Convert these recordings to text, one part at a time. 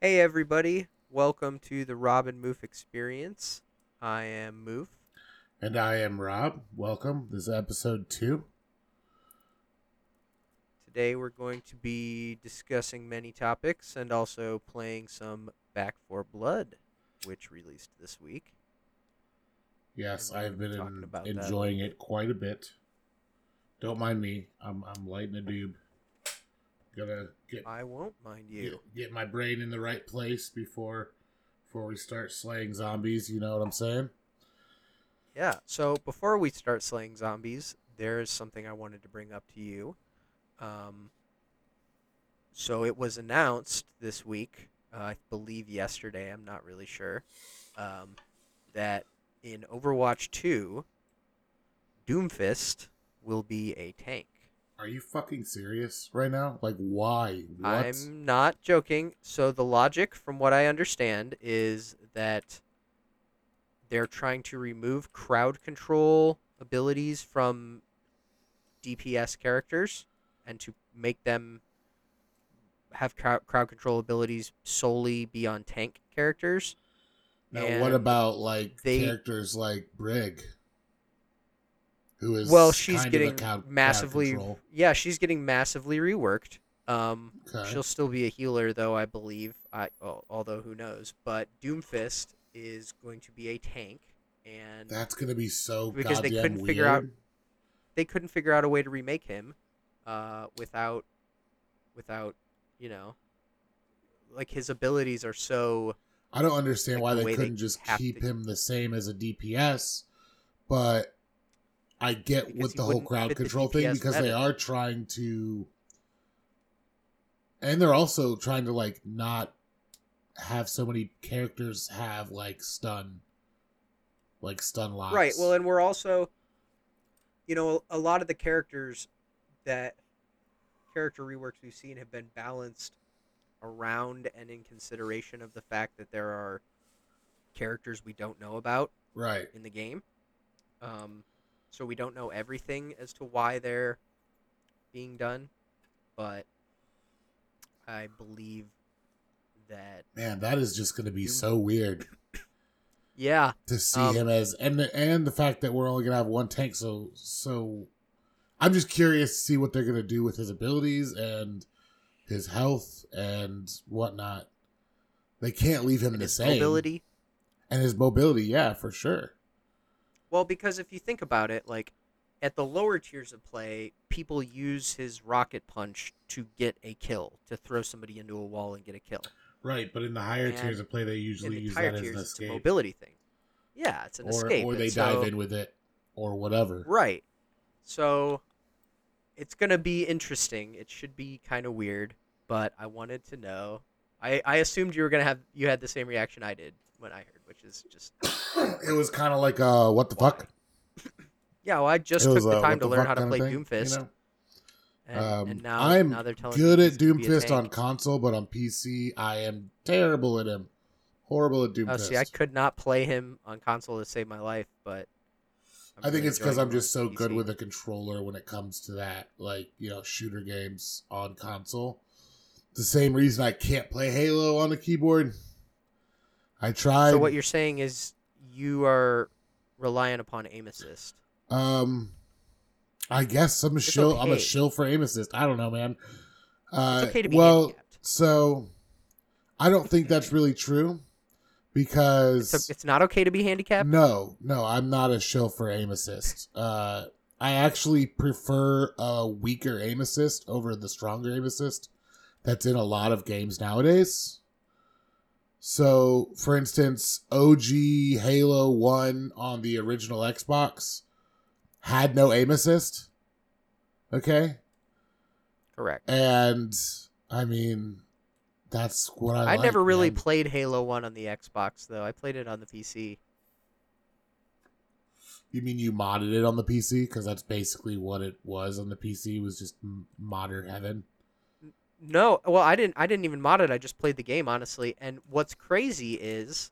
Hey everybody, welcome to the Robin Moof Experience. I am Moof. And I am Rob. Welcome. This is episode two. Today we're going to be discussing many topics and also playing some Back for Blood, which released this week. Yes, And we're I've gonna been be talking about that. en- enjoying it quite a bit. Don't mind me. I'm I'm lighting a doob. Gonna get I won't mind you. get, get my brain in the right place before before we start slaying zombies. You know what I'm saying? Yeah, so before we start slaying zombies, there is something I wanted to bring up to you. Um, so it was announced this week, uh, I believe yesterday, I'm not really sure, um, that in Overwatch 2, Doomfist will be a tank. Are you fucking serious right now? Like why? What? I'm not joking. So the logic, from what I understand, is that they're trying to remove crowd control abilities from DPS characters and to make them have crowd, crowd control abilities solely be on tank characters. now and what about like they- characters like Brig? Who is well, she's kind of a getting cow- cow massively control. yeah, she's getting massively reworked. Um, Okay. She'll still be a healer, though I believe. I al- although who knows? But Doomfist is going to be a tank, and That's gonna be so Because they goddamn couldn't weird. figure out- they couldn't figure out a way to remake him, uh, without, without, you know, like his abilities are so I don't understand like, why the way they they couldn't just have keep to- him the same as a DPS, but I get Because with he the whole wouldn't crowd fit the control thing DPS because they meta. are trying to and they're also trying to like not have so many characters have like stun like stun locks. Right. Well, and we're also, you know, a lot of the characters that character reworks we've seen have been balanced around and in consideration of the fact that there are characters we don't know about right. in the game. Um, so we don't know everything as to why they're being done, but I believe that Man, that is just gonna be Doom- so weird yeah, to see Um, him as and the, and the fact that we're only gonna have one tank so so i'm just curious to see what they're gonna do with his abilities and his health and whatnot they can't leave him and the his same mobility. and his mobility yeah for sure Well, because if you think about it, like at the lower tiers of play, people use his rocket punch to get a kill, to throw somebody into a wall and get a kill. right but in the higher And tiers of play they in usually the higher tiers, it's a mobility thing. Yeah, it's an or, escape. or and they so- dive in with it or whatever Right. So it's going to be interesting. It should be kind of weird, but I wanted to know. I, I assumed you were going to have you had the same reaction I did when I heard, which is just it was kind of like uh what the fuck yeah. Well, I just It took was, the uh, time what to the learn fuck how to kinda play thing, you Doomfist, know? and, Um, and now I'm now they're telling good me at he's gonna be a Doomfist tank. on console, but on PC, I am terrible at him. Horrible at Doomfist. Oh, see, I could not play him on console to save my life, but I'm I think really it's enjoying because I'm him on just so good PC. with a controller when it comes to that, like you know, shooter games on console. The same reason I can't play Halo on the keyboard. I tried. So what you're saying is you are reliant upon aim assist. um, I guess I'm a It's shill. I'm a okay. shill for aim assist. I don't know, man. Uh, It's okay to be well, handicapped. so I don't think that's really true because It's, it's not okay to be handicapped. No, no, I'm not a shill for aim assist. Uh, I actually prefer a weaker aim assist over the stronger aim assist that's in a lot of games nowadays. So, for instance, OG Halo 1 on the original Xbox had no aim assist. Okay? Correct. And, I mean, that's what I I, like, never really man. played Halo One on the Xbox though. I played it on the PC. You mean you modded it on the PC? Because that's basically what it was on the PC. Was just m- modder heaven. No, well, I didn't. I didn't even mod it. I just played the game honestly. And what's crazy is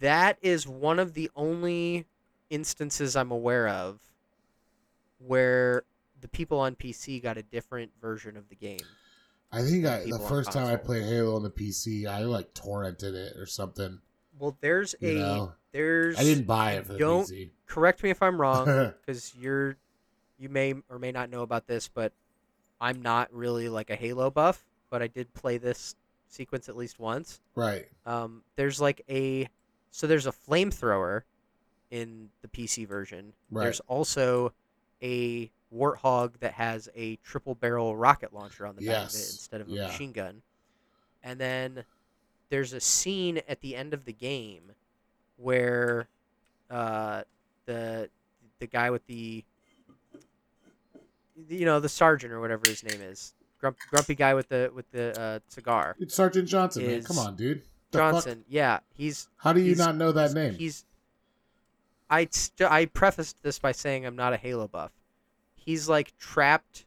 that is one of the only instances I'm aware of where the people on PC got a different version of the game. I think I, the people on first time I console. played Halo on the PC, I like torrented it or something. Well, there's a You know, there's I didn't buy it for the don't- PC. correct me if I'm wrong because you're you may or may not know about this, but I'm not really like a Halo buff, but I did play this sequence at least once. right. Um, there's like a so there's a flamethrower in the PC version. Right. There's also a warthog that has a triple barrel rocket launcher on the back of it Yes, instead of a yeah. machine gun. And then there's a scene at the end of the game where uh, the the guy with the you know the sergeant or whatever his name is grump, grumpy guy with the with the uh, cigar It's Sergeant Johnson, man. is Come on, dude. The fuck- Johnson. Yeah, he's How do you He's- not know that name? he's. I st- I prefaced this by saying I'm not a Halo buff. He's like trapped,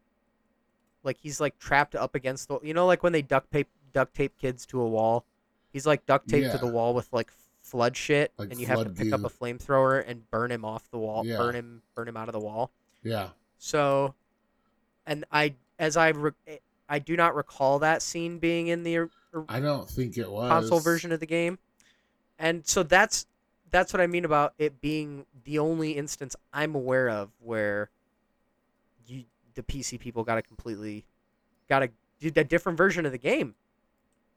like he's like trapped up against the. You know, like when they duct tape duct tape kids to a wall. He's like duct taped to Yeah. the wall with like flood shit, Like and you have to flood pick up goo. a flamethrower and burn him off the wall. Yeah. Burn him, burn him out of the wall. yeah. So, and I as I re- I do not recall that scene being in the I don't think it was console version of the game. And so that's that's what I mean about it being the only instance I'm aware of where you the PC people got a completely got a did a different version of the game.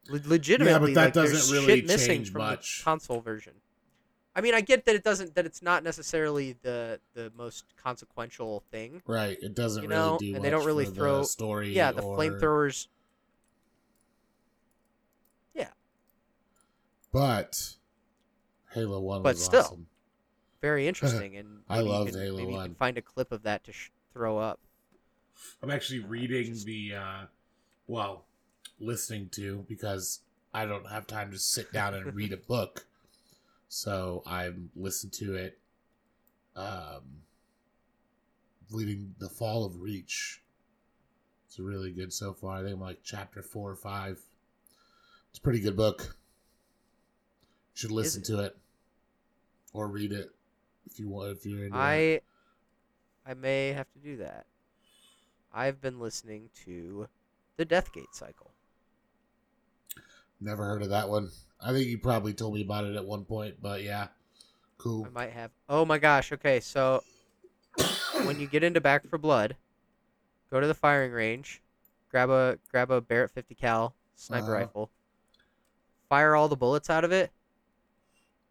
Le- legitimately, that like, there's doesn't really shit missing change from much. the console version. I mean, I get that it doesn't that it's not necessarily the the most consequential thing. Right. It doesn't You really know, do and much they don't really for the throw- story. Yeah, the or- flamethrowers. But Halo One But was still. awesome. Very interesting, and I maybe you loved can- Halo Maybe you 1. can find a clip of that to sh- throw up. I'm actually reading the, uh, well, listening to because I don't have time to sit down and read a book. So I'm listening to it, um, reading The Fall of Reach. It's really good so far. I think I'm like chapter four or five. It's a pretty good book. You should listen it? to it or read it if you want. If you're into that. I I may have to do that. I've been listening to the Deathgate cycle. Never heard of that one. I think you probably told me about it at one point, but yeah. Cool. I might have Oh my gosh, okay, so when you get into Back for Blood, go to the firing range, grab a grab a Barrett fifty cal sniper Uh-huh. rifle, fire all the bullets out of it,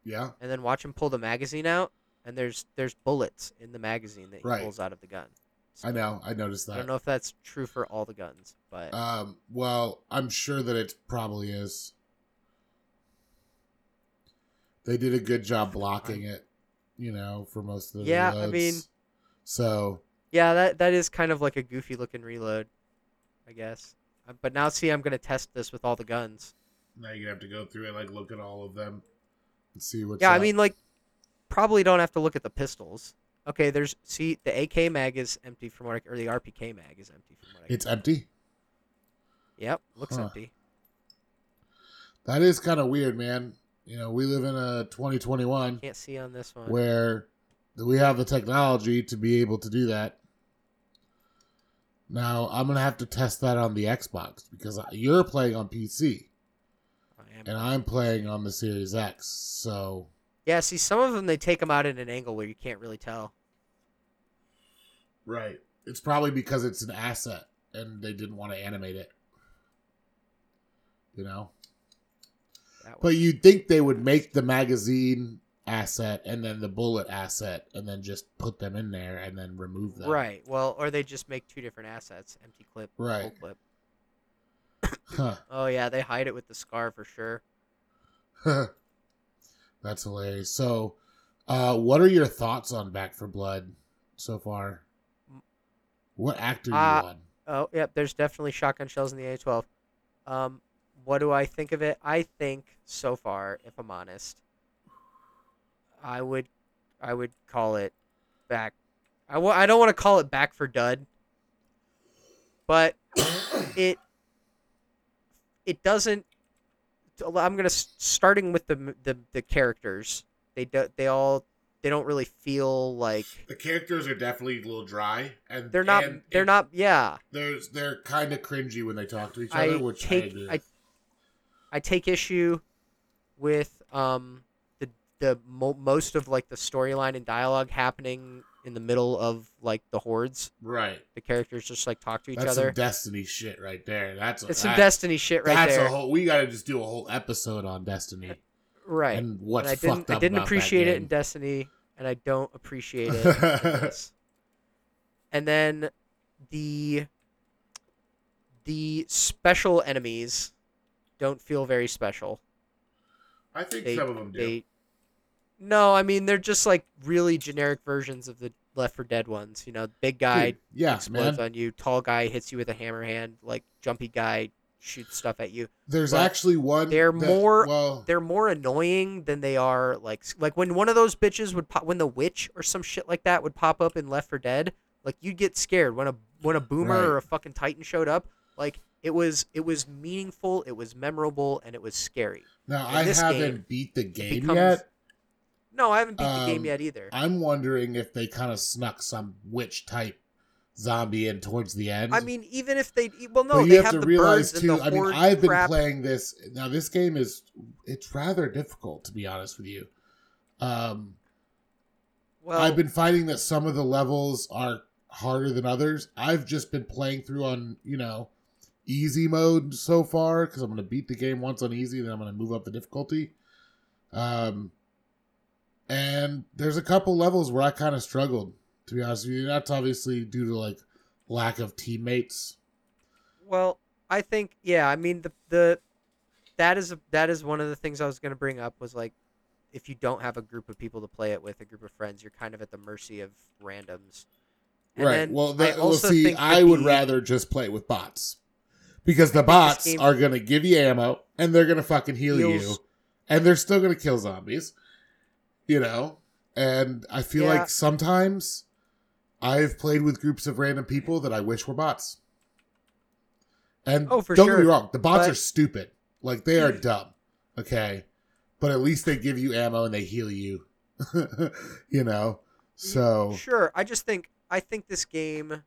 Yeah. and then watch him pull the magazine out, and there's there's bullets in the magazine that he Right. pulls out of the gun. I know. I noticed I don't that. know if that's true for all the guns, but Um, well, I'm sure that it probably is. They did a good job blocking it, you know, for most of the Yeah, I reloads. mean- so Yeah, that that is kind of like a goofy looking reload, I guess. Uh, But now see, I'm gonna test this with all the guns. now you're gonna have to go through and like look at all of them and see what's yeah, I up. mean like probably don't have to look at the pistols. Okay, there's see the AK mag is empty from what I, or the RPK mag is empty from what I. it's empty. yep, looks Huh. empty. That is kind of weird, man. You know, we live in a 2021 Can't see on this one. where we have the technology to be able to do that. Now I'm gonna have to test that on the Xbox because you're playing on PC I am. and I'm playing on the Series X. So Yeah, see some of them they take them out at an angle where you can't really tell. right, it's probably because it's an asset and they didn't want to animate it. You know, That but one. you'd think they would make the magazine asset and then the bullet asset and then just put them in there and then remove them. Right. Well, or they just make two different assets: empty clip, full Right. clip. Huh. Oh yeah, they hide it with the scar for sure. That's hilarious. So, uh, what are your thoughts on Back for Blood so far? What actor you Uh, on? Oh, yep. There's definitely shotgun shells in the A12. Um, what do I think of it? I think so far, if I'm honest, I would, I would call it back. I w- I don't want to call it back for dud, but it, it doesn't I'm gonna s- starting with the m- the, the characters. They do, they all they don't really feel like The characters are definitely a little dry, and they're not and they're it- not yeah. There's they're kind of cringy when they talk to each I other, which I take agree. I, I take issue with um the the mo- most of like the storyline and dialogue happening in the middle of like the hordes. right. The characters just like talk to each That's other. some destiny shit right there. That's it's some that- destiny shit right that's there. a whole. We got to just do a whole episode on destiny right. and what's and I fucked didn't up. I didn't about that appreciate it in game. Destiny and I don't appreciate it this. And then the the special enemies don't feel very special. I think They- some of them do. They No, I mean they're just like really generic versions of the Left for Dead ones, you know, big guy Dude, yeah, explodes man. on you, tall guy hits you with a hammer hand, like jumpy guy shoots stuff at you. There's but actually one. they're that- more- Well, They're more annoying than they are like like when one of those bitches would pop when the witch or some shit like that would pop up in Left for Dead, like you'd get scared when a when a boomer Right. or a fucking titan showed up, like it was it was meaningful, it was memorable and it was scary. now in I this haven't game, beat the game becomes- yet. No, I haven't beat the Um, game yet either. I'm wondering if they kind of snuck some witch type zombie in towards the end. I mean, even if they well, no, but they you have, to the realize birds too. and the I mean, horde I've been crap. playing this now. This game is it's rather difficult to be honest with you. Um, Well, I've been finding that some of the levels are harder than others. I've just been playing through on you know easy mode so far because I'm going to beat the game once on easy, then I'm going to move up the difficulty. Um, and there's a couple levels where I kind of struggled to be honest with you. That's obviously due to like lack of teammates. Well, I think yeah. I mean the the that is that is one of the things I was going to bring up was like if you don't have a group of people to play it with, a group of friends, you're kind of at the mercy of randoms. And right. then Well, that, I well, also see, think that I would the- rather just play with bots because the bots game- are going to give you ammo and they're going to fucking heal you Heals- and they're still going to kill zombies, you know? And I feel Yeah. like sometimes I've played with groups of random people that I wish were bots. And Oh, for don't get me sure, wrong, the bots but- are stupid. Like, they are dumb. Okay. But at least they give you ammo and they heal you, you know? So. Sure, I just think I think this game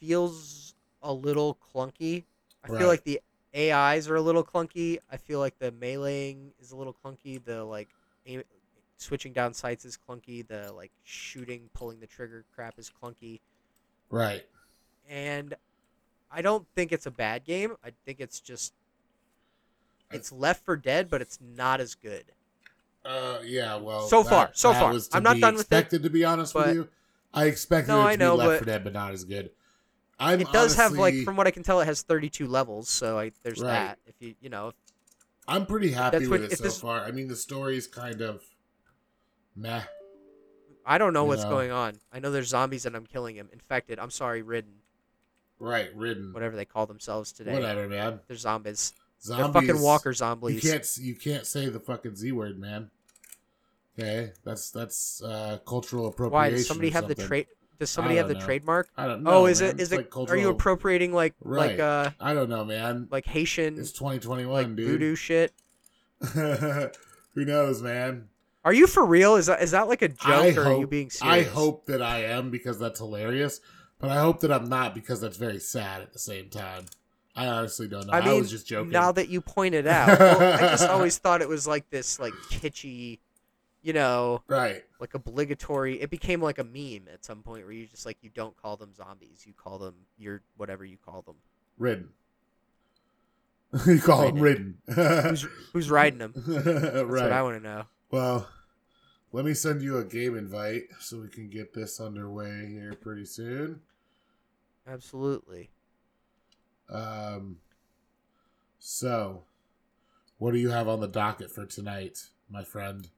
feels a little clunky. I Right. feel like the AIs are a little clunky. I feel like the meleeing is a little clunky. The like aim, switching down sights is clunky. The like shooting, pulling the trigger crap is clunky. Right. And I don't think it's a bad game. I think it's just it's Left for Dead, but it's not as good. Uh, yeah. Well, So far, so far. was to I'm not be done with it, expected, to be honest with but- you, I expected No, it to I know, be Left but- 4 Dead, but not as good. I'm it does have like honestly- from what I can tell, it has 32 levels. So I, there's Right. that. If you you know I'm pretty happy that's what- with it if so this- far. I mean, the story's kind of meh. I don't know You what's know. going on. I know there's zombies and I'm killing him. Infected. I'm sorry, ridden. Right, ridden. Whatever, Whatever they call themselves today. man. They're zombies. Zombies. They're fucking walker You zombies. can't. You can't say the fucking z word, man. Okay, that's that's uh, cultural appropriation. Why does somebody or have the something. trade? Does somebody have don't the know. trademark? I don't know. oh, is man. it? Is It's it? Are like you cultural- appropriating like Right. like uh I don't know, man. like Haitian It's 2021, like dude. voodoo shit? Who knows, man? Are you for real? Is that is that like a joke I or are you hope- being serious? I hope that I am because that's hilarious, but I hope that I'm not because that's very sad at the same time. I honestly don't know. I, I mean, was just joking. now that you point it out, well, I just always thought it was like this like kitschy, you know, right. like obligatory it became like a meme at some point where you just like you don't call them zombies you call them your whatever you call them Ridden. you call him who's who's riding them ridden. that's what i Uh, right. want to know Well, let me send you a game invite so we can get this underway here pretty soon. absolutely Um, so, what do you have on the docket for tonight, my friend?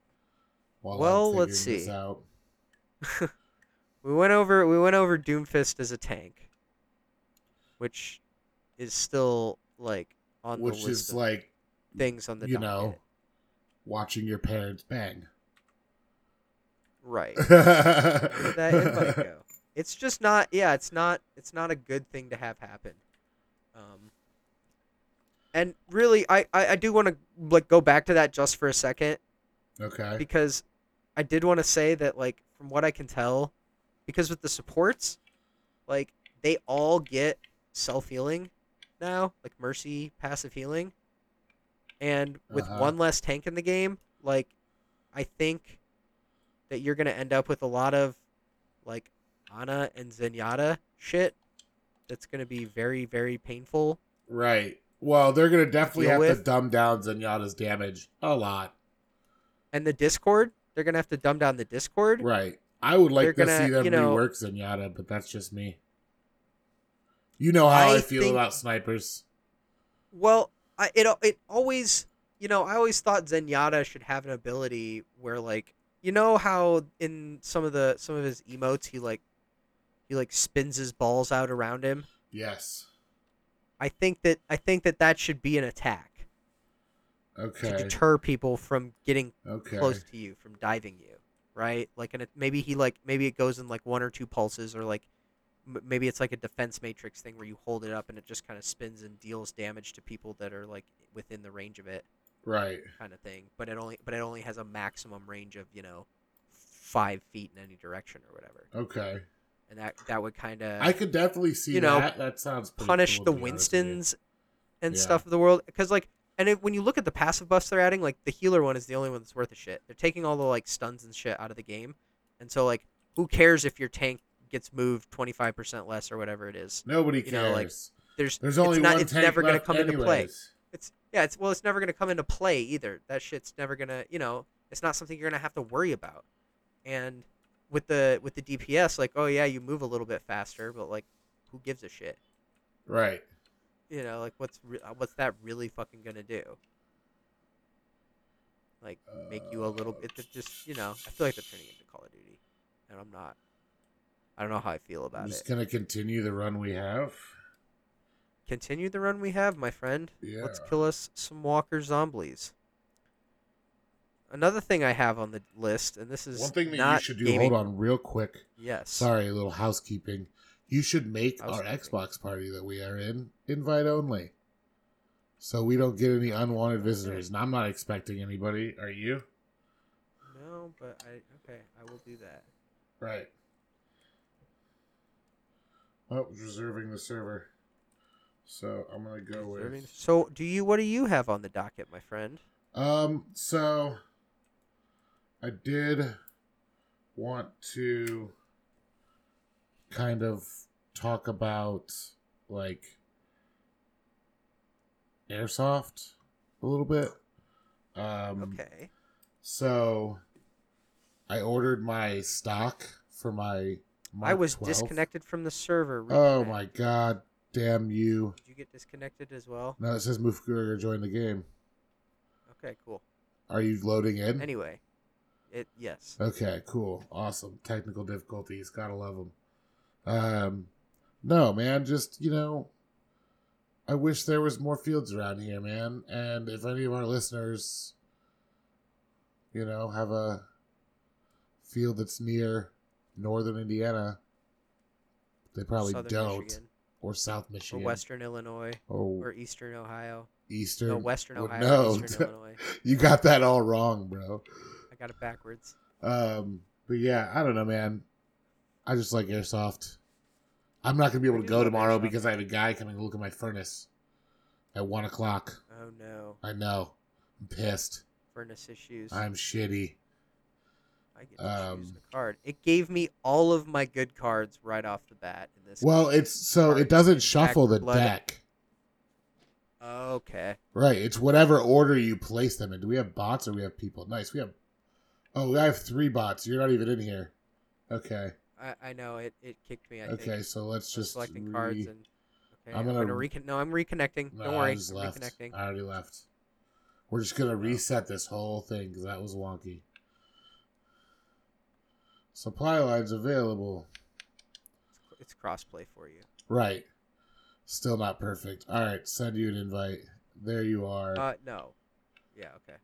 While I'm Well, let's figuring this see. out. we went over we went over doomfist as a tank which is still like on which the list is of like things on the you docket. know watching your parents bang. right Where that invite right. go it's just not yeah it's not it's not a good thing to have happen um And really, I I, I do want to like go back to that just for a second Okay. because I did want to say that like from what I can tell, because with the supports, like they all get self healing now, like mercy passive healing, and with Uh-huh. one less tank in the game, like I think that you're gonna end up with a lot of like Ana and Zenyatta shit. That's gonna be very very painful. Right. Well, they're gonna definitely Deal have to with. dumb down Zenyatta's damage a lot. And the Discord, they're gonna have to dumb down the Discord. Right. I would like They're to gonna, see them you know- rework Zenyatta, but that's just me. You know how I, I feel think- about snipers. Well, I, it it always you know I always thought Zenyatta should have an ability where like you know how in some of the some of his emotes he like he like spins his balls out around him. Yes. I think that I think that that should be an attack Okay. to deter people from getting okay. close to you, from diving you, right? Like and it, maybe he like maybe it goes in like one or two pulses or like m- maybe it's like a defense matrix thing where you hold it up and it just kind of spins and deals damage to people that are like within the range of it. Right. kind of thing. But it only but it only has a maximum range of you know five feet in any direction or whatever, Okay. and that that would kind I of could definitely see you know, that. That sounds pretty punish cool, the to be honest with you. Winstons and Yeah. stuff of the world because like. And it, when you look at the passive buffs they're adding, like the healer one is the only one that's worth a shit. They're taking all the like stuns and shit out of the game, and so like, who cares if your tank gets moved twenty five percent less or whatever it is? Nobody You cares. know, like, There's There's it's only not, one It's tank never gonna left come into play. anyways. It's yeah. It's well, it's never gonna come into play either. That shit's never gonna, you know, it's not something you're gonna have to worry about. And with the with the DPS, like, oh yeah, you move a little bit faster, but like, who gives a shit? Right. You know, like what's re- uh, what's that really fucking gonna do? Like, make you a little Uh, bit it just you know. I feel like they're turning into Call of Duty, and I'm not. I don't know how I feel I'm about just it. gonna continue the run we have. Continue the run we have, my friend. Yeah. Let's kill us some Walker zombies. Another thing I have on the list, and this is One thing that not you should do. gaming- Hold on, real quick. Yes. Sorry, a little housekeeping. You should make our Housekeeping. Xbox party that we are in invite only, so we don't get any unwanted visitors. And I'm not expecting anybody. Are you? No, but I okay. I will do that. Right. Oh, reserving the server. So I'm gonna go Serving- with. So, do you? What do you have on the docket, my friend? Um. So I did want to kind of talk about like airsoft a little bit. Um, Okay. So I ordered my stock for my. I Mark was 12. disconnected from the server. Oh Reconnect. my god! Damn you! Did you get disconnected as well? Now it says Mufgurger joined the game. Okay. Cool. Are you loading in? Anyway, it yes. Okay, cool, awesome. Technical difficulties, gotta love them. Um, no, man, just you know, I wish there was more fields around here, man. And if any of our listeners, you know, have a field that's near northern Indiana, they probably Southern don't, Michigan, or South or Michigan, Western Illinois, or or Eastern Ohio. Eastern. No, Western Well, Ohio, no, Eastern Illinois. you got that all wrong, bro. I got it backwards. Um, but yeah, I don't know, man. I just like airsoft. I'm not gonna be able I to do go love tomorrow airsoft. because I have a guy coming to look at my furnace at one o'clock. Oh no, I know. I'm pissed. furnace issues. I'm shitty. I get to choose Um, the card. It gave me all of my good cards right off the bat in this. Well, it's so it Alright, doesn't it's shuffle back the to blood. deck. okay. Right. It's whatever order you place them in. Do we have bots or we have people? Nice. We have Oh, I have three bots. You're not even in here. Okay. I, I know it, it kicked me. I think. Okay, so let's I'm just selecting re- cards and. Okay, I'm I'm gonna- gonna, recon. No, I'm reconnecting. No, Don't I worry, just I'm left. reconnecting. I already left. We're just gonna Oh. reset this whole thing because that was wonky. Supply lines available. It's crossplay for you. Right. Still not perfect. All right, send you an invite. There you are. Uh, no. Yeah. Okay.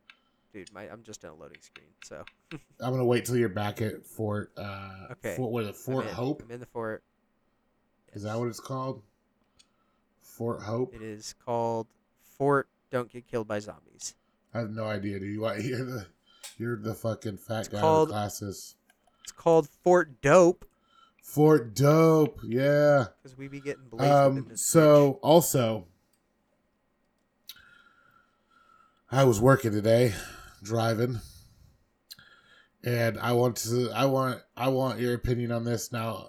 Dude, my I'm just in a loading screen, so I'm gonna wait till you're back at Fort. Uh, Okay, Fort what is it? I'm Fort in. Hope. I'm in the fort. Is Yes. that what it's called? Fort Hope. It is called fort, don't get killed by zombies. I have no idea. Do you want you're the you're the fucking fat guy called- with glasses. It's called Fort Dope Fort Dope, yeah. because we be getting blazed Um, so also, I was working today, driving, and I want to. I want. I want your opinion on this now.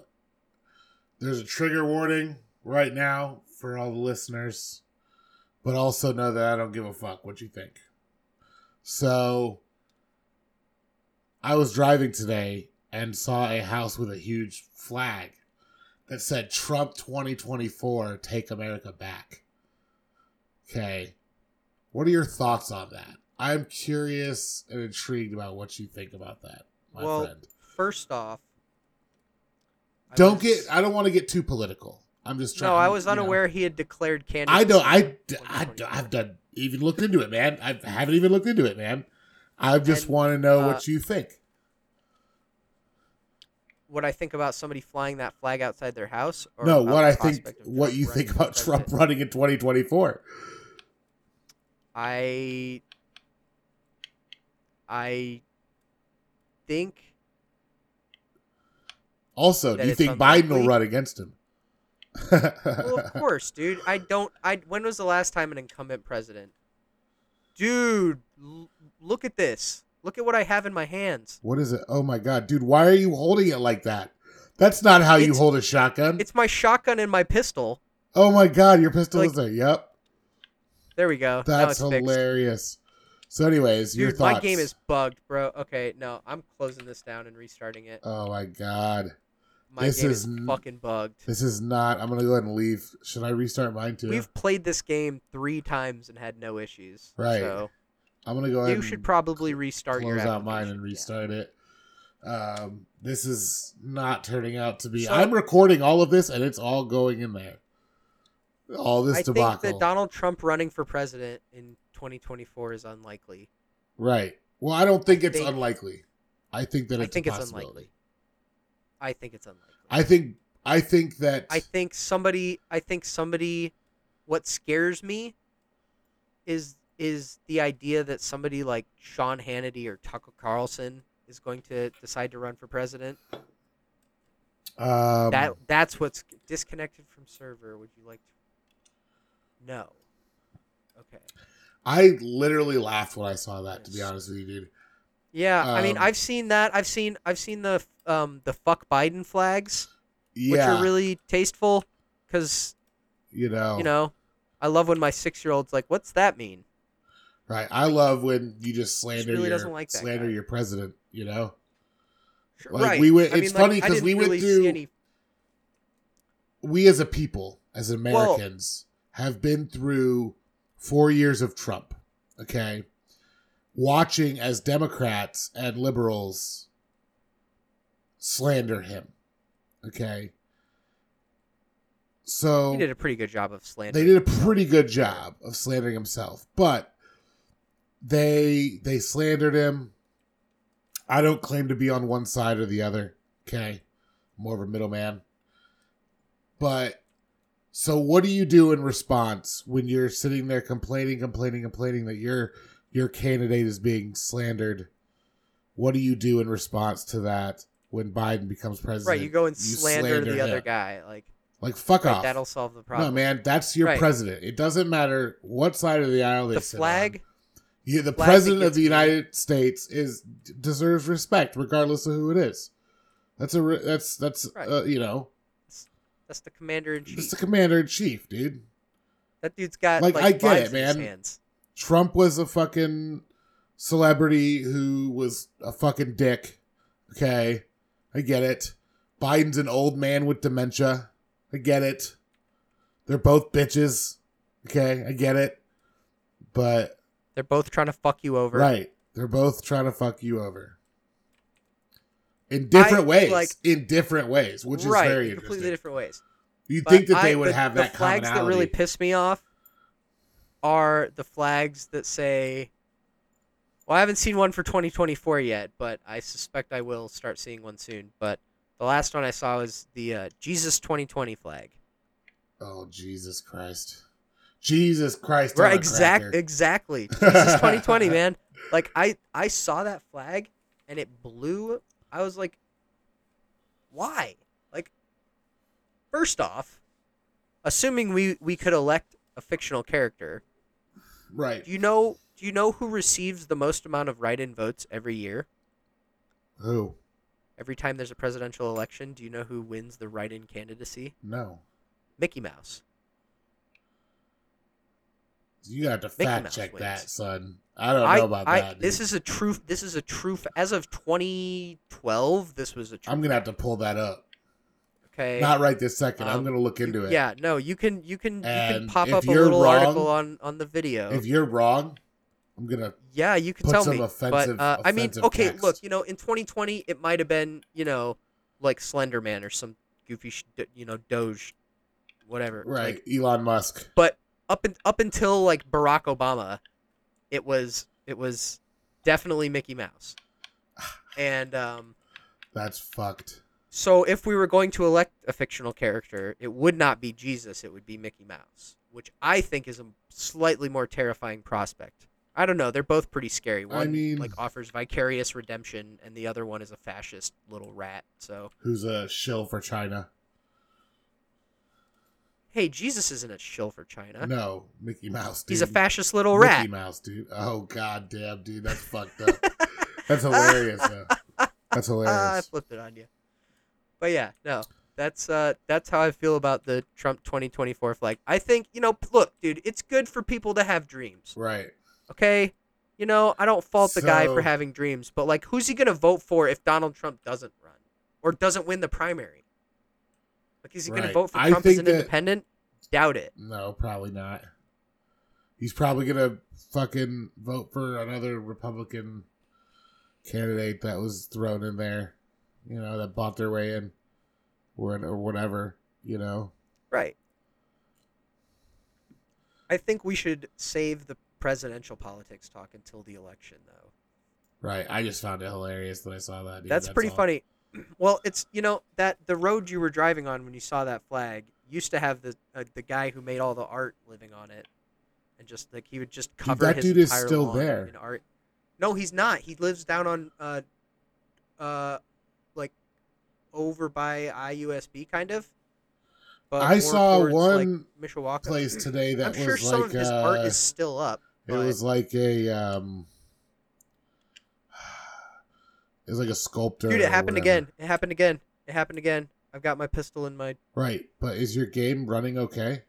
There's a trigger warning right now for all the listeners, but also know that I don't give a fuck what you think. So, I was driving today and saw a house with a huge flag that said Trump 2024 take America back. Okay. What are your thoughts on that? I'm curious and intrigued about what you think about that, my Well, friend. First off, I Don't was- get I don't want to get too political. I'm just trying No, I you was know. unaware he had declared candidacy. I don't I, I, 2024. have done even looked into it, man. I haven't even looked into it, man. I just And, want to know uh, what you think. What I think about somebody flying that flag outside their house. Or No, about what the I think prospect of what Trump you running think for about Trump president. running in 2024. I I think Also, That do you it's think Biden will unlikely? run against him? well, of course, dude. I don't. I when was the last time an incumbent president? Dude, l- look at this. Look at what I have in my hands. What is it? Oh my god, dude, why are you holding it like that? That's not how you It's- hold a shotgun. It's my shotgun and my pistol. Oh my god, your pistol Like- is there. Yep. There we go. now That's it's fixed. hilarious. So anyways, your Dude, thoughts. my game is bugged, bro. Okay, no, I'm closing this down and restarting it. Oh my god. My this game is is, n- fucking bugged. This is not I'm going to go ahead and leave. Should I restart mine too? We've played this game three times and had no issues. Right. So I'm going to go ahead you and should probably restart your close out mine application. and Yeah. restart it. Um, this is not turning out to be. So- I'm recording all of this and it's all going in there. All this I debacle. think that Donald Trump running for president in 2024 is unlikely. Right. Well, I don't think it's think- unlikely. I think that I it's think a it's possibility. unlikely. I think it's unlikely. I think I think that I think somebody I think somebody what scares me is is the idea that somebody like Sean Hannity or Tucker Carlson is going to decide to run for president. um, that that's what's disconnected from server. Would you like to No. Okay. I literally laughed when I saw that. To be Yes. honest with you, dude. Yeah, I mean Um, I've seen that. I've seen I've seen the um the fuck Biden flags, which Yeah, Oh. are really tasteful cuz you know, you know, I love when my 6-year-old's like, "What's that mean?" right. I love when you just slander really your doesn't like that slander guy. your president. You know, Sure, Like, right. we went- I mean, it's like, funny I 'cause didn't we went really see through- any- we as a people, as Well- Americans, have been through four years of Trump. Okay, watching as Democrats and liberals slander him. Okay, so He did a pretty good job of slandering. Oh. they did a pretty good job of slandering himself, but they they slandered him. I don't claim to be on one side or the other. Okay, more of a middleman. But so, what do you do in response when you're sitting there complaining, complaining, complaining that your your candidate is being slandered? What do you do in response to that when Biden becomes president? right, you go and You slander, the other him. guy. Like Like fuck right, off. that'll solve the problem. No, man, that's your Right. president. It doesn't matter what side of the aisle they the sit flag. on. You, the flag that president of gets the me- United States is deserves respect, regardless of who it is. That's a re- that's that's Right. uh, you know That's the commander in it's chief. the commander in chief, dude. That dude's got Like, like, I get lives it, in his man. hands. Trump was a fucking celebrity who was a fucking dick. Okay, I get it. Biden's an old man with dementia. I get it. They're both bitches. Okay, I get it. But They're both trying to fuck you over. Right. They're both trying to fuck you over. In different I, ways. like- in different ways, which is Right, very in completely interesting. different ways. You'd But think that I- they would the- have the that flags that commonality. really piss me off are the flags that say. Well, I haven't seen one for 2024 yet, but I suspect I will start seeing one soon. But the last one I saw was the uh, Jesus 2020 flag. oh, Jesus Christ. Jesus Christ. Right, on a exact, cracker. exactly. Jesus, 2020, man. Like I, I saw that flag, and it blew. I was like, why? Like, first off, assuming we we could elect a fictional character, Right. do you know do you know who receives the most amount of write-in votes every year? Who? Every time there's a presidential election, do you know who wins the write-in candidacy? No. Mickey Mouse. You have to Mickey fact Mouse check wins. that, son. I don't I- know about I- that. dude. This is a true. This is a true. f- As of 2012, this was a true. I'm gonna have to pull that up. okay. Not right this second. I'm Um, gonna look into it. Yeah, no, you can you can you can And pop if up a you're little wrong- article on on the video. If you're wrong, I'm gonna. yeah, you can put tell some me. offensive- but uh, I mean, offensive okay, text. look, you know, in 2020, it might have been you know like Slender Man or some goofy, sh- d- you know, Doge, whatever. Right, Like, Elon Musk. but up and up until like Barack Obama, it was it was definitely Mickey Mouse, and um. That's fucked. So if we were going to elect a fictional character, it would not be Jesus, it would be Mickey Mouse, which I think is a slightly more terrifying prospect. I don't know, they're both pretty scary. One mean- like offers vicarious redemption and the other one is a fascist little rat. So, Who's a shill for China? hey, Jesus isn't a shill for China. No, Mickey Mouse. Dude. He's a fascist little Mickey rat. Mouse, dude. Oh god damn, dude, that's fucked up. That's hilarious. though. That's Ah, I hilarious. flipped it on you. But yeah, no. That's uh that's how I feel about the Trump 2024 flag. I think, you know, p- look, dude, it's good for people to have dreams. right. okay? You know, I don't fault the guy for So- having dreams, but like, who's he going to vote for if Donald Trump doesn't run or doesn't win the primary? Like, is he going Right. to vote for I Trump as think an that- independent? Doubt it. No, probably not. He's probably gonna fucking vote for another Republican candidate that was thrown in there, you know, that bought their way in, or or whatever, you know. Right. I think we should save the presidential politics talk until the election, though. Right. I just found it hilarious when I saw that. Dude. that's, pretty all. funny. Well, it's you know that the road you were driving on when you saw that flag used to have the uh, the guy who made all the art living on it, and just like he would just cover that his dude is entire still lawn there. in art. No, he's not. He lives down on uh, uh, like over by IUSB, kind of. But I more saw towards, like, one Mishawaka Place today I'm that was sure like some of his uh, art is still up. It but- was like a um it was like a sculptor. dude, it or happened whatever. again. It happened again. It happened again. I've got my pistol in my Right, but is your game running okay?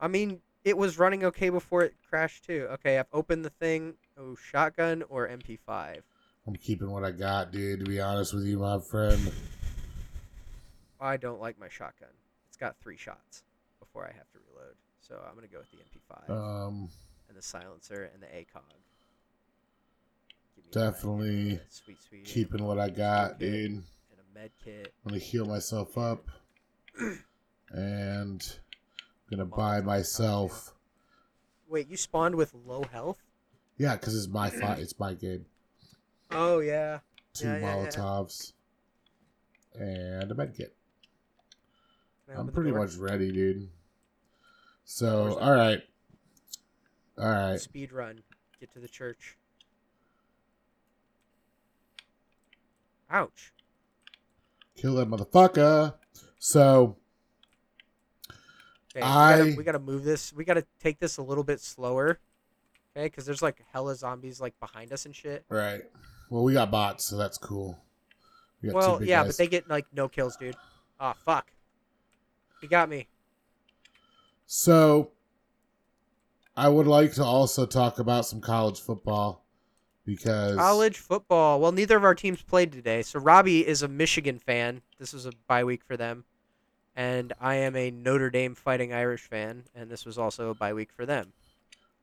I mean, it was running okay before it crashed too. Okay, I've opened the thing. Oh, shotgun or MP5. I'm keeping what I got, dude, to be honest with you, my friend. I don't like my shotgun. It's got three shots before I have to reload. So I'm gonna go with the MP5 Um and the silencer and the ACOG. Give me a med- definitely a sweet, sweet keeping what I ammo, got, toolkit, dude. And a med kit. I'm gonna heal myself up. And I'm gonna buy myself Wait, you spawned with low health? Yeah, because it's my fi- it's my game. Oh yeah. Two Yeah, yeah, yeah. Molotovs and a medkit. Can I I'm open the pretty door? much ready, dude. So, Door's all right, all right. Speed run. Get to the church. Ouch. Kill that motherfucker. So, Okay, we, I- gotta, we gotta move this. We gotta take this a little bit slower. Okay, because there's like hella zombies like behind us and shit. right. Well, we got bots, so that's cool. We got Well, two big yeah, guys. but they get like no kills, dude. Ah, fuck. He got me. So, I would like to also talk about some college football because College football. Well, neither of our teams played today. So Robbie is a Michigan fan. This was a bye week for them. And I am a Notre Dame Fighting Irish fan, and this was also a bye week for them.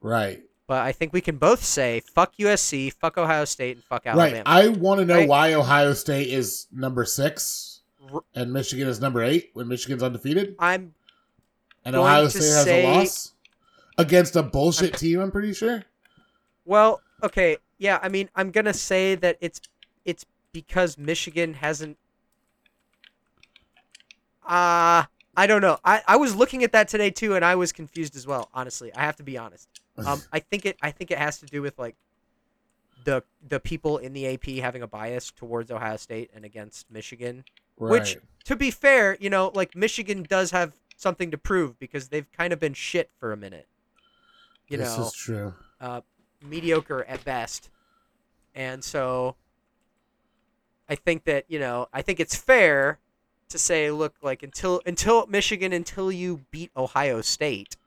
right, But I think we can both say fuck USC, fuck Ohio State, and fuck right. Alabama. I want to know Right. why Ohio State is number six R- and Michigan is number eight when Michigan's undefeated. I'm And going Ohio to State has say- a loss against a bullshit team. I'm pretty sure. Well, okay, yeah. I mean, I'm gonna say that it's it's because Michigan hasn't. Ah, I don't know. I, I was looking at that today too, and I was confused as well. Honestly, I have to be honest. Um, I think it I think it has to do with like the the people in the AP having a bias towards Ohio State and against Michigan. Which, Right. to be fair, you know, like Michigan does have something to prove because they've kind of been shit for a minute. You this know, is true. uh, mediocre at best. And so I think that, you know, I think it's fair to say, look, like until until Michigan, until you beat Ohio State,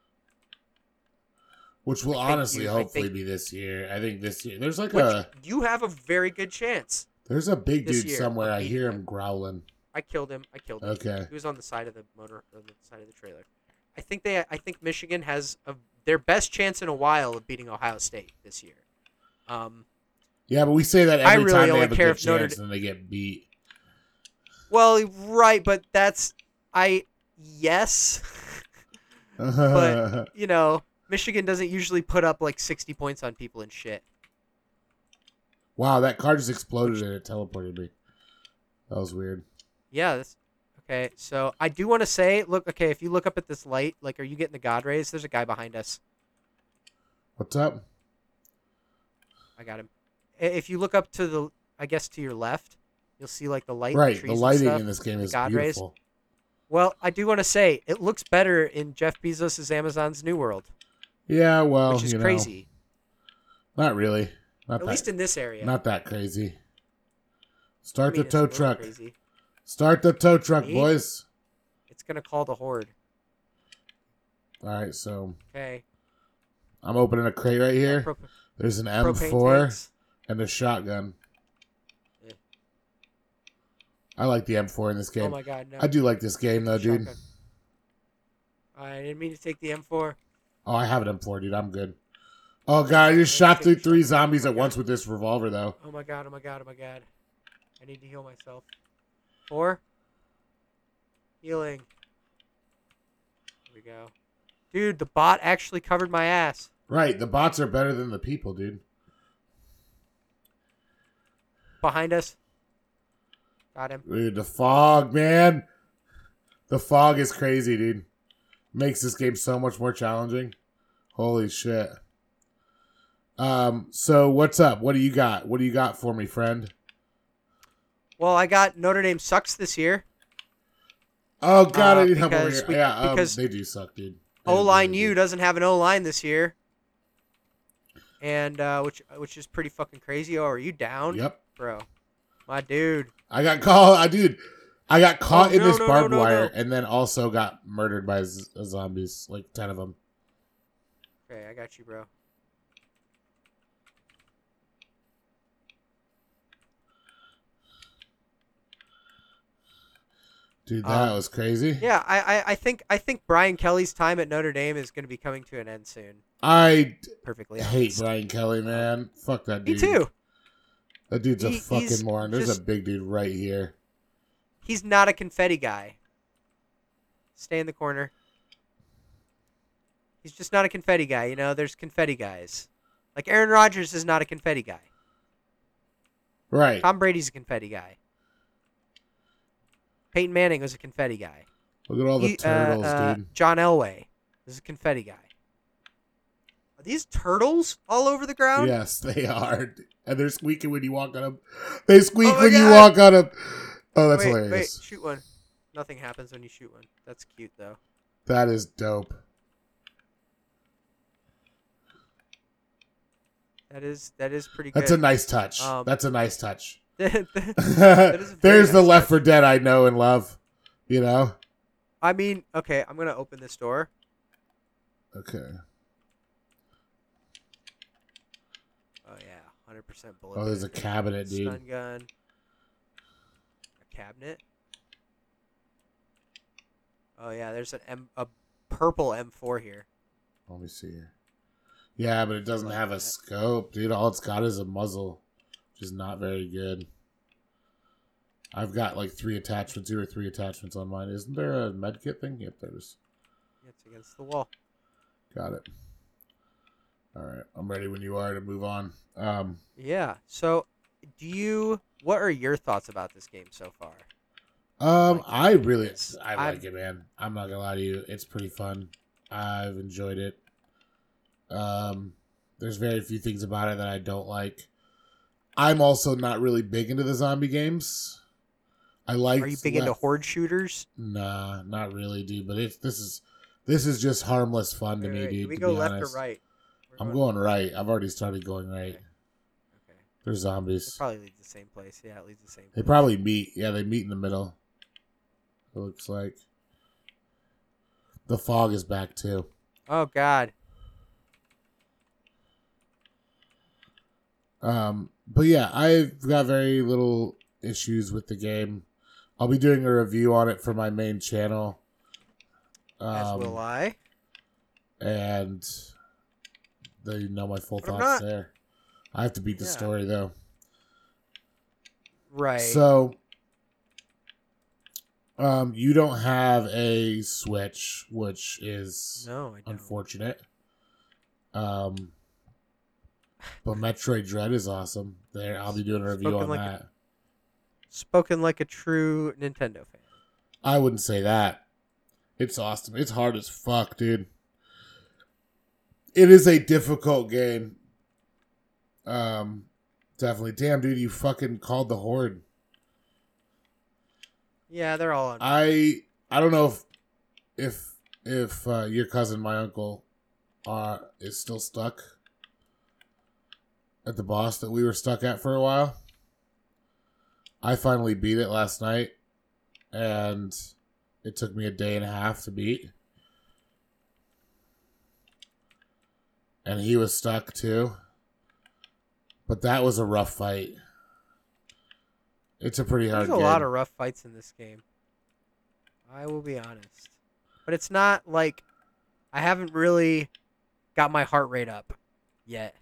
Which will I think honestly, you- I hopefully, think- be this year. I think this year there's like which a you have a very good chance. there's a big this dude year, somewhere. I beat hear them. him growling. I killed him. I killed him. Okay, He was on the side of the motor on the side of the trailer. I think they I think Michigan has a, their best chance in a while of beating Ohio State this year. Um, yeah, but we say that I every really time they only have a care good if Notre chance and they get beat. well, right, but that's I yes. But- you know, Michigan doesn't usually put up like 60 points on people and shit. wow, that car just exploded and it teleported me. That was weird. Yeah. That's, okay. So I do want to say, look, okay, if you look up at this light, like, are you getting the God rays? There's a guy behind us. What's up? I got him. I- If you look up to the, I guess to your left, you'll see like the light. and right, trees the and lighting stuff. in this game is God rays. beautiful. Well, I do want to say it looks better in Jeff Bezos' Amazon's New World, Yeah, well, which is Oh, you know, crazy. Not really. Not At that. least in this area. Not that crazy. I Start mean, the it's a tow little truck. Crazy. Start the tow truck, Me? boys. It's gonna call the horde. All right, so Okay. I'm opening a crate right here. Prop- There's an propane M4 tanks. and a shotgun. Yeah. I like the M4 in this Oh game. my god! No. I do like this game though, dude. Shotgun. I didn't mean to take the M4. Oh, I have an M4, dude. I'm good. Oh god, I just shot through three zombies at once with this revolver though. Oh my god, oh my god, oh my god. I need to heal myself. Four. Healing. Here we go. Dude, the bot actually covered my ass. Right, the bots are better than the people, dude. Behind us. Got him. Dude, the fog, man. The fog is crazy, dude. Makes this game so much more challenging. Holy shit. Um, so what's up? What do you got? What do you got for me, friend? Well, I got Notre Dame sucks this year. Oh god, Uh, I need help over because here. we- yeah, um, because they do suck, dude. They O line really U do. doesn't have an O line this year. And uh, which which is pretty fucking crazy. Oh, are you down? Yep. Bro. My dude. I got caught. I dude, I got caught Oh, in no, this no, no, barbed no, no. wire, and then also got murdered by z- uh, zombies, like ten of them. Okay, I got you, bro. Dude, that Um, was crazy. Yeah, I, I, I think I think Brian Kelly's time at Notre Dame is going to be coming to an end soon. I Perfectly hate honest. Brian Kelly, man. Fuck that Me dude. too. That dude's a He- he's fucking moron. There's a just- big dude right here. He's not a confetti guy. Stay in the corner. He's just not a confetti guy. You know, there's confetti guys. Like Aaron Rodgers is not a confetti guy. Right. Tom Brady's a confetti guy. Peyton Manning was a confetti guy. Look at all the He- uh, turtles, uh, dude. John Elway is a confetti guy. Are these turtles all over the ground? Yes, they are. dude. And they're squeaking when you walk on them. They squeak Oh my when you God. walk on them. Oh, that's wait, hilarious. Wait, shoot one. Nothing happens when you shoot one. That's cute though. That is dope. That is that is pretty good. That's a nice touch. Um, that's a nice touch. nice. is a very There's the nice Left for Dead I know and love. You know? I mean, okay, I'm gonna open this door. Okay. Oh yeah, 100% bullet. Oh, there's a proof. cabinet, dude. stun gun. A cabinet. Oh yeah, there's an M, a purple M4 here. Let me see here. Yeah, but it doesn't Like have a that. scope, dude. All it's got is a muzzle, which is not very good. I've got like three attachments, two or three attachments on mine. Isn't there a medkit thing? Yep, there's. It's against the wall. Got it. All right, I'm ready when you are to move on. Um, Yeah. So, do you? What are your thoughts about this game so far? Um, I I like it. really, It's- I I'm- like it, man. I'm not gonna lie to you, it's pretty fun. I've enjoyed it. Um, there's very few things about it that I don't like. I'm also not really big into the zombie games. I like. Are you big into horde shooters? Nah, not really, dude. But it's this is this is just harmless fun to Wait, me, wait, wait. dude. Do we to go be left honest. or right? We're I'm going right. I've already started going right. Okay. Okay. They're It zombies. probably leads to the same place. Yeah, it leads to the same. They Place. probably meet. Yeah, they meet in the middle. It looks like. The fog is back too. Oh God. Um, but yeah, I've got very little issues with the game. I'll be doing a review on it for my main channel. As will Um, I. and they know my full But I'm thoughts not- there. I have to beat the Yeah. story though. Right. So, um, you don't have a Switch, which is no, I don't. unfortunate. Um, but Metroid Dread is awesome. There, I'll be doing a review Spoken on like a- that. Spoken like a true Nintendo fan. I wouldn't say that. It's awesome. It's hard as fuck, dude. It is a difficult game. Um, definitely. Damn, dude, you fucking called the horde. Yeah, they're all on. I I don't know if if if uh, your cousin, my uncle, are is still stuck at the boss that we were stuck at for a while. I finally beat it last night, and it took me a day and a half to beat. And he was stuck too. But that was a rough fight. It's a pretty hard There's a game. lot of rough fights in this game. I will be honest, but it's not like I haven't really got my heart rate up yet.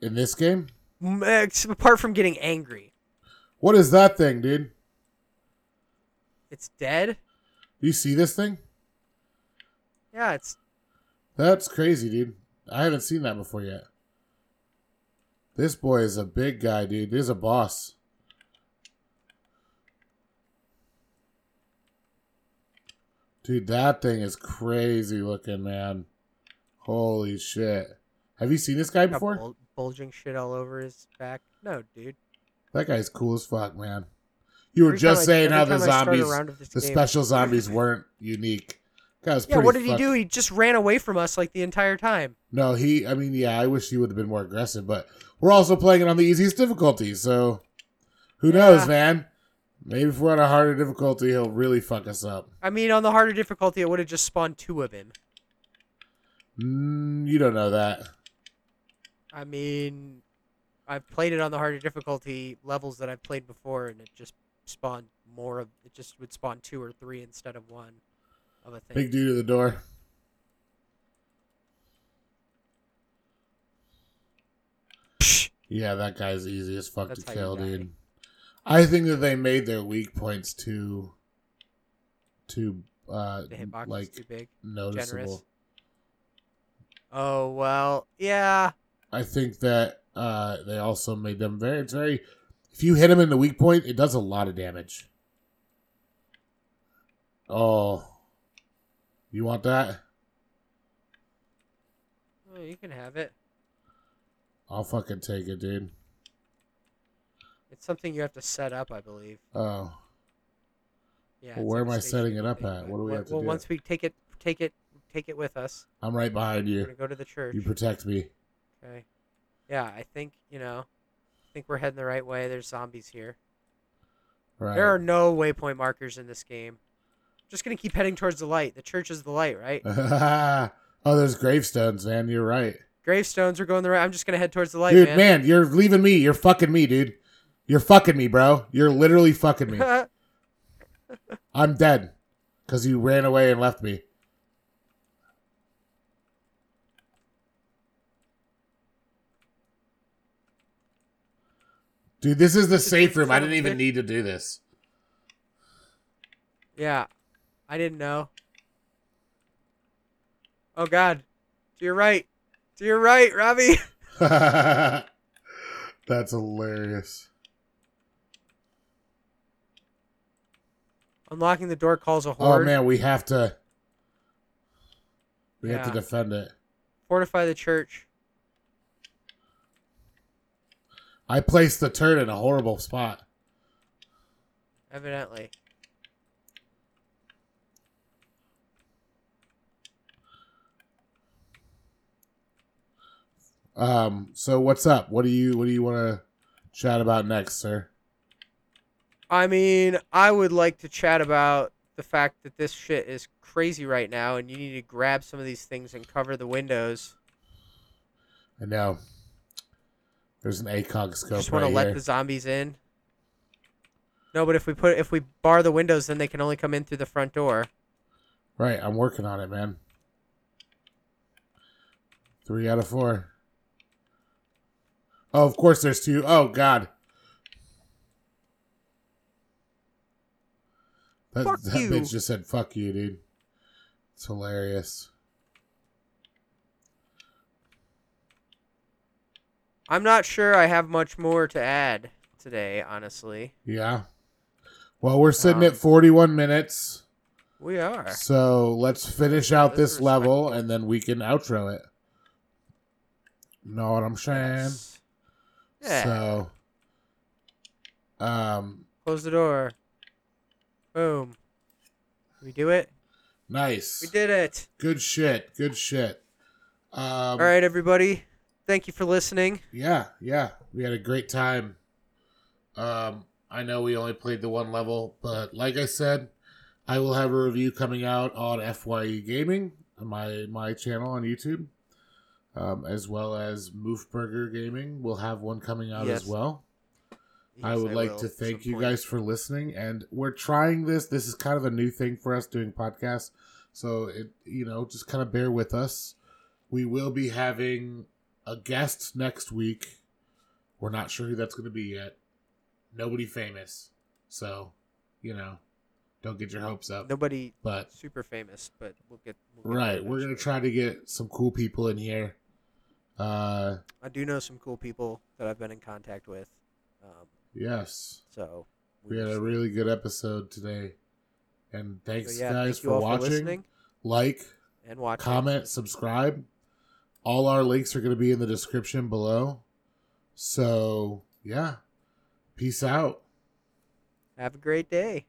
in this game. M- eh, ex- Apart from getting angry, What is that thing, dude? it's dead. Do you see this thing? Yeah, it's That's crazy, dude. I haven't seen that before yet. This boy is a big guy, dude. He's a boss. Dude, that thing is crazy looking, man. Holy shit. Have you seen this guy got before? bul- bulging shit all over his back. No, dude. That guy's cool as fuck, man. You were Every time just I- saying how every the time I start a zombies, round of this the game- special zombies weren't unique. Guy was Yeah, pretty what did he fuck- do? He just ran away from us like the entire time. No, he. I mean, yeah, I wish he would have been more aggressive, but we're also playing it on the easiest difficulty, so who knows, Yeah. man? Maybe if we're on a harder difficulty, he'll really fuck us up. I mean, on the harder difficulty, it would have just spawned two of him. Mm, you don't know that. I mean, I've played it on the harder difficulty levels that I've played before, and it just spawned more of. It just would spawn two or three instead of one of a thing. Big dude at the door. Psh, Yeah, that guy's easy as fuck That's to how you kill, die. dude. I think that they made their weak points too, too, uh, the hitbox like is too big. noticeable. generous. Oh well, yeah. I think that uh, they also made them very. It's very. If you hit him in the weak point, it does a lot of damage. Oh, you want that? Oh, you can have it. I'll fucking take it, dude. It's something you have to set up, I believe. Oh, Yeah. Well, it's where like am I a station setting it up thing, at? but What do we on- have to Well, do? once we take it, take it, take it with us. I'm right behind We're you. gonna go to the church. You protect me. Okay. Yeah, I think you know. I think we're heading the right way. There's zombies here. Right. There are no waypoint markers in this game. just gonna keep heading towards the light. The church is the light, right? oh, there's gravestones, man. You're right, Gravestones are going the right. I'm just gonna head towards the light, dude. Man. man. you're leaving me. You're fucking me, dude. You're fucking me, bro. You're literally fucking me. I'm dead because you ran away and left me. Dude, this is the safe room. I didn't even need to do this. yeah, I didn't know. Oh God, to your right, to your right, Robbie. That's hilarious. Unlocking the door calls a Oh horde. man, we have to. We have to Yeah. defend it. Fortify the church. I placed the turd in a horrible spot. Evidently. Um. So what's up? What do you What do you want to chat about next, sir? I mean, I would like to chat about the fact that this shit is crazy right now, and you need to grab some of these things and cover the windows. I know. There's an ACOG You scope just want right to let here. the zombies in. No, but if we put if we bar the windows, then they can only come in through the front door. Right, I'm working on it, man. Three out of four. Oh, of course, there's two. Oh God. That, Fuck that you. bitch just said "fuck you, dude." It's hilarious. I'm not sure I have much more to add today, honestly. Yeah. Well, we're sitting Wow. at 41 minutes, We are. so let's finish out That's this level, and then we can outro it. Know what I'm saying? Yes. Yeah. So, um, Close the door. Boom. We do it. nice. We did it. Good shit. Good shit. Um, All All right, everybody. Thank you for listening. Yeah, yeah. We had a great time. Um, I know we only played the one level, but like I said, I will have a review coming out on FYE Gaming, my my channel on YouTube, um, as well as Moofburger Gaming. We'll have one coming out Yes. as well. I Yes, would like will to at some thank you point. guys for listening, and we're trying this. This is kind of a new thing for us doing podcasts, so it you know just kind of bear with us. We will be having a guest next week. We're not sure who that's going to be yet. Nobody famous, so you know, don't get your hopes up. Nobody But super famous, but we'll get. We'll get there right, we're gonna eventually. try to get some cool people in here. Uh, I do know some cool people that I've been in contact with. Um, yes. so We had a just- really good episode today. And thanks, so yeah, guys, thank you for all for watching. listening like, and watching. comment, subscribe. All our links are going to be in the description below. So, yeah. Peace out. Have a great day.